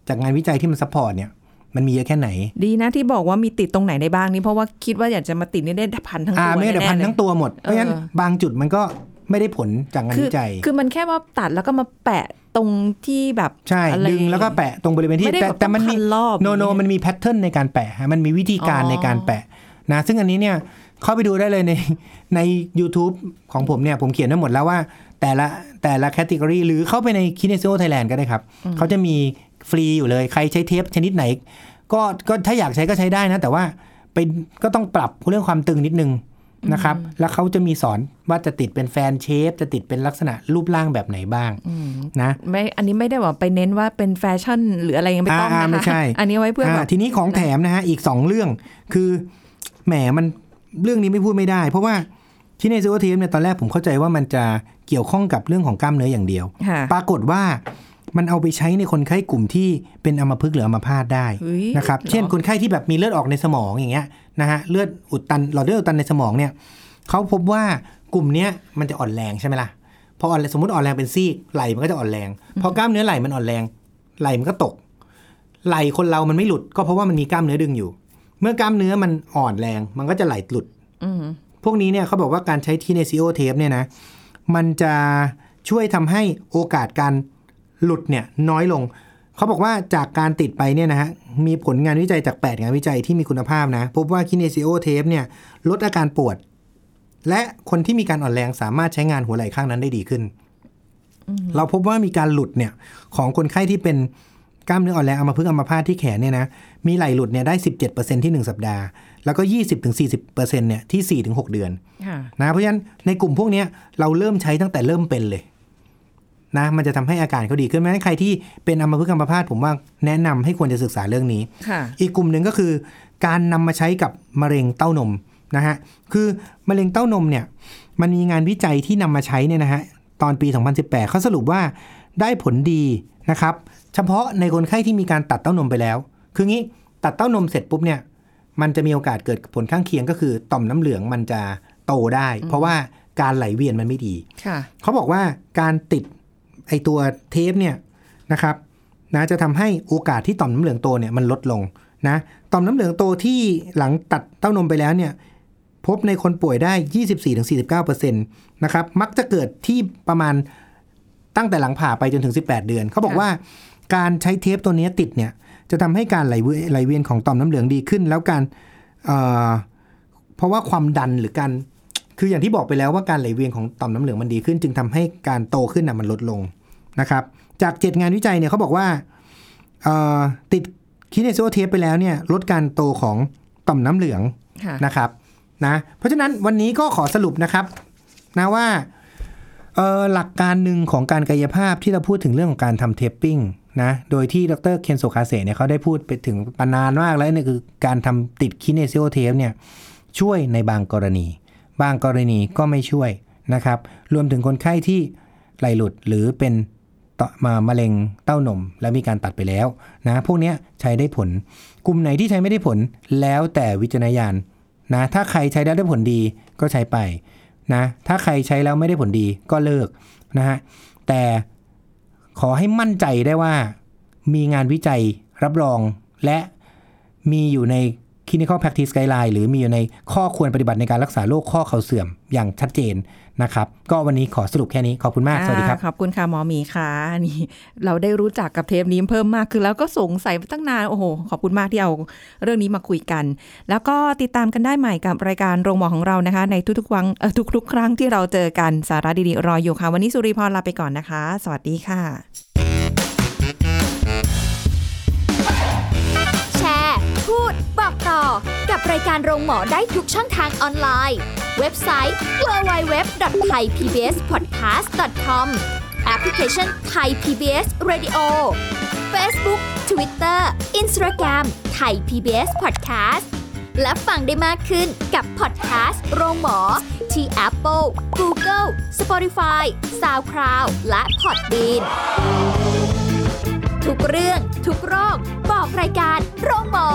[SPEAKER 3] จากงานวิจัยที่มันซัพพอร์ตเนี่ยมันมีเยอะแค่ไหน
[SPEAKER 2] ดีนะที่บอกว่ามีติดตรงไหนได้บ้างนี่เพราะว่าคิดว่าอยากจะมาติดนี่ได้พันทั้ง
[SPEAKER 3] อ่า
[SPEAKER 2] ตัว
[SPEAKER 3] ไม่งั้นเดี๋ยว
[SPEAKER 2] แน่
[SPEAKER 3] พั
[SPEAKER 2] ๆ
[SPEAKER 3] น
[SPEAKER 2] เลย
[SPEAKER 3] ทั้งตัวหมด เพราะฉะนั้น
[SPEAKER 2] เออ
[SPEAKER 3] บางจุดมันก็ไม่ได้ผลจากงาน
[SPEAKER 2] คือ
[SPEAKER 3] วิจัย
[SPEAKER 2] คือมันแค่ว่าตัดแล้วก็มาแปะตรงที่แบบ
[SPEAKER 3] ใช่
[SPEAKER 2] อะไร
[SPEAKER 3] ดึงแล้วก็แปะตรงบริเวณที่
[SPEAKER 2] ไม่ได้
[SPEAKER 3] แต่
[SPEAKER 2] บบ
[SPEAKER 3] แต่มัน
[SPEAKER 2] ต้อง
[SPEAKER 3] มี
[SPEAKER 2] พัรอบ
[SPEAKER 3] โนโน
[SPEAKER 2] อย่างเงี้ย
[SPEAKER 3] มันมีแพทเทิร์นในการแปะฮะมันมีวิธีการ
[SPEAKER 2] อ๋อ
[SPEAKER 3] ในการแปะนะซึ่งอันนี้เนี่ยเข้าไปดูได้เลยใน ใน YouTube ของผมเนี่ย ผมเขียนไว้หมดแล้วว่า แต่ละแต่ละแคตตากรีหรือเข้าไปใน k i n e s i o Thailand ก็ได้ครับ เขาจะมีฟรีอยู่เลยใครใช้เทปชนิดไหน ก็ก็ถ้าอยากใช้ก็ใช้ได้นะ แต่ว่าไปก็ต้องปรับเรื่องความตึงนิดนึงนะครับ แล้วเขาจะมีสอนว่าจะติดเป็นแฟนเชฟ จะติดเป็นลักษณะรูปร่างแบบไหนบ้าง
[SPEAKER 2] อืม
[SPEAKER 3] นะ
[SPEAKER 2] ไม่อันนี้ไม่ได้ว่าไปเน้นว่าเป็นแฟชั่นหรืออะไรยังไม่ต้อง
[SPEAKER 3] อ่า
[SPEAKER 2] นะ
[SPEAKER 3] อ่า
[SPEAKER 2] คะ
[SPEAKER 3] ไม่ใช่
[SPEAKER 2] อันนี้ไว้เพื่อแบบ
[SPEAKER 3] อ่าทีนี้ของแถมนะฮะ อีก 2 เรื่องคือแหมมันเรื่องนี้ไม่พูดไม่ได้ เพราะว่าชินเนซิโอเทมเนี่ยตอนแรกผมเข้าใจว่ามันจะเกี่ยวข้องกับเรื่องของกล้ามเนื้ออย่างเดียว
[SPEAKER 2] ค่ะ
[SPEAKER 3] ปรากฏว่ามันเอาไปใช้ในคนไข้กลุ่มที่เป็นอัมพฤกษ์หรืออัมพาตได้
[SPEAKER 2] เฮ้ย
[SPEAKER 3] นะครับ
[SPEAKER 2] เหรอ
[SPEAKER 3] เช่นคนไข้ที่แบบมีเลือดออกในสมองอย่างเงี้ยนะฮะเลือดอุดตันหลอดเลือดอุดตันในสมองเนี่ยเขาพบว่ากลุ่มเนี้ยมันจะอ่อนแรงใช่ไหมล่ะพออ่อนแรงสมมติอ่อนแรงเป็นซีกไหล่มันก็จะอ่อนแรงพอกล้ามเนื้อไหล่มันอ่อนแรง ไหล่มันก็ตก ไหล่คนเรามันไม่หลุด ก็เพราะว่ามันมีกล้ามเนื้อดึงอยู่ เมื่อกล้ามเนื้อมันอ่อนแรง มันก็จะไหลหลุด
[SPEAKER 2] อืม
[SPEAKER 3] พวกนี้เนี่ยเขาบอกว่าการใช้ทีเนซิโอเทปเนี่ยนะ มันจะช่วยทำให้โอกาสการหลุดเนี่ยน้อยลง เขาบอกว่าจากการติดไปเนี่ยนะฮะ มีผลงานวิจัยจาก 8 งานวิจัยที่มีคุณภาพนะ พบว่าคิเนซิโอเทปเนี่ยลดอาการปวด และคนที่มีการอ่อนแรงสามารถใช้งานหัวไหล่ข้างนั้นได้ดีขึ้น เราพบว่ามีการหลุดเนี่ยของคนไข้ที่เป็นกล้ามเนื้ออ่อนแรงอัมพฤกษ์อัมพาตที่แขนเนี่ยนะ มีไหลหลุดเนี่ยได้ 17%ที่ 1 สัปดาห์ แล้วก็ 20-40%เนี่ยที่ 4-6 เดือน
[SPEAKER 2] ค่ะ
[SPEAKER 3] นะเพราะฉะนั้นในกลุ่มพวกเนี้ยเราเริ่มใช้ตั้งแต่เริ่มเป็นเลย นะมันจะทำให้อาการเขาดีขึ้นเพราะฉะนั้นใครที่เป็นอัมพฤกษ์อัมพาตผมว่าแนะนำให้ควรจะศึกษาเรื่องนี้
[SPEAKER 2] ค่ะ
[SPEAKER 3] อีกกลุ่มหนึ่งก็คือการนำมาใช้กับมะเร็งเต้านมนะฮะคือมะเร็งเต้านมเนี่ยมันมีงานวิจัยที่นำมาใช้เนี่ยนะฮะตอนปี 2018 เขาสรุปว่าได้ผลดีนะครับ เฉพาะในคนไข้ที่มีการตัดเต้านมไปแล้ว คืองี้ตัดเต้านมเสร็จปุ๊บเนี่ยมันจะมีโอกาสเกิดผลข้างเคียงก็คือต่อมน้ำเหลืองมันจะโตได้ เพราะว่าการไหลเวียนมันไม่ดี
[SPEAKER 2] ค่ะ
[SPEAKER 3] เขาบอกว่าการติดไอตัวเทปเนี่ยนะครับนะจะทำให้โอกาสที่ต่อมน้ำเหลืองโตเนี่ยมันลดลงนะต่อมน้ำเหลืองโตที่หลังตัดเต้านมไปแล้วเนี่ยพบในคนป่วยได้ 24-49%นะครับมักจะเกิดที่ประมาณตั้งแต่หลังผ่าไปจนถึง 18 เดือน เขาบอก
[SPEAKER 2] ค่ะ
[SPEAKER 3] ว่าการใช้เทปตัวเนี้ยติดเนี่ยจะทำให้การไหลเวียนไหลเวียนของต่อมน้ำเหลืองดีขึ้น แล้วการเอ่อเพราะว่าความดันหรือการ คืออย่างที่บอกไปแล้วว่าการไหลเวียนของต่อมน้ำเหลืองมันดีขึ้น จึงทำให้การโตขึ้นนะมันลดลงนะครับ จาก 7 งานวิจัยเนี่ยเขาบอกว่าเอ่อติดคิเนโซเทปไปแล้วเนี่ยลดการโตของต่อมน้ำเหลือง
[SPEAKER 2] ค่ะ
[SPEAKER 3] นะครับนะเพราะฉะนั้นวันนี้ก็ขอสรุปนะครับนะว่าเอ่อหลักการหนึ่งของการกายภาพที่เราพูดถึงเรื่องของการทำเทปปิ้งนะโดยที่ดรเคนโซคาเซเนี่ยเขาได้พูดไปถึงปานานมากแล้วเนี่ยคือการทำติดคิเนโซเทปเนี่ยช่วยในบางกรณี บางกรณีก็ไม่ช่วยนะครับ รวมถึงคนไข้ที่ไหลหลุดหรือเป็นต่อมามะเร็งเต้านม แล้วมีการตัดไปแล้วนะพวกเนี้ยใช้ได้ผล กลุ่มไหนที่ใช้ไม่ได้ผลแล้วแต่วิจารณญาณนะถ้าใครใช้แล้วได้ผลดีก็ใช้ไปนะถ้าใครใช้แล้วไม่ได้ผลดีก็เลิกนะฮะแต่ขอให้มั่นใจได้ว่ามีงานวิจัยรับรองและ มีอยู่ใน clinical practice guideline หรือมีอยู่ในข้อควรปฏิบัติในการรักษาโรคข้อเข่าเสื่อมอย่างชัดเจนนะครับ ก็วันนี้ขอสรุปแค่นี้ ขอบคุณมาก สวัสดีครับ
[SPEAKER 2] อ่าขอบคุณค่ะหมอหมีค่ะนี่ เราได้รู้จักกับเทปนี้เพิ่มมากขึ้นแล้วก็สงสัยมาตั้งนานโอ้โหขอบคุณมากที่เอาเรื่องนี้มาคุยกัน แล้วก็ติดตามกันได้ใหม่กับรายการโรงหมอของเรานะคะ ในทุกๆวังเอ่อทุกๆ ครั้งที่เราเจอกันสาระดีๆรออยู่ค่ะ วันนี้สุริพรลาไปก่อนนะคะ สวัสดีค่ะ
[SPEAKER 1] แชร์ พูด บอกต่อ กับรายการโรงหมอได้ทุกช่องทางออนไลน์ เว็บไซต์ www.thaipbspodcast.com แอปพลิเคชัน Thai PBS Radio Facebook Twitter Instagram Thai PBS Podcast และฟังได้มากขึ้นกับพอดแคสต์โรงหมอ ที่ Apple, Google, Spotify, SoundCloud และ Podbean ทุกเรื่องทุกโรค บอกรายการโรงหมอ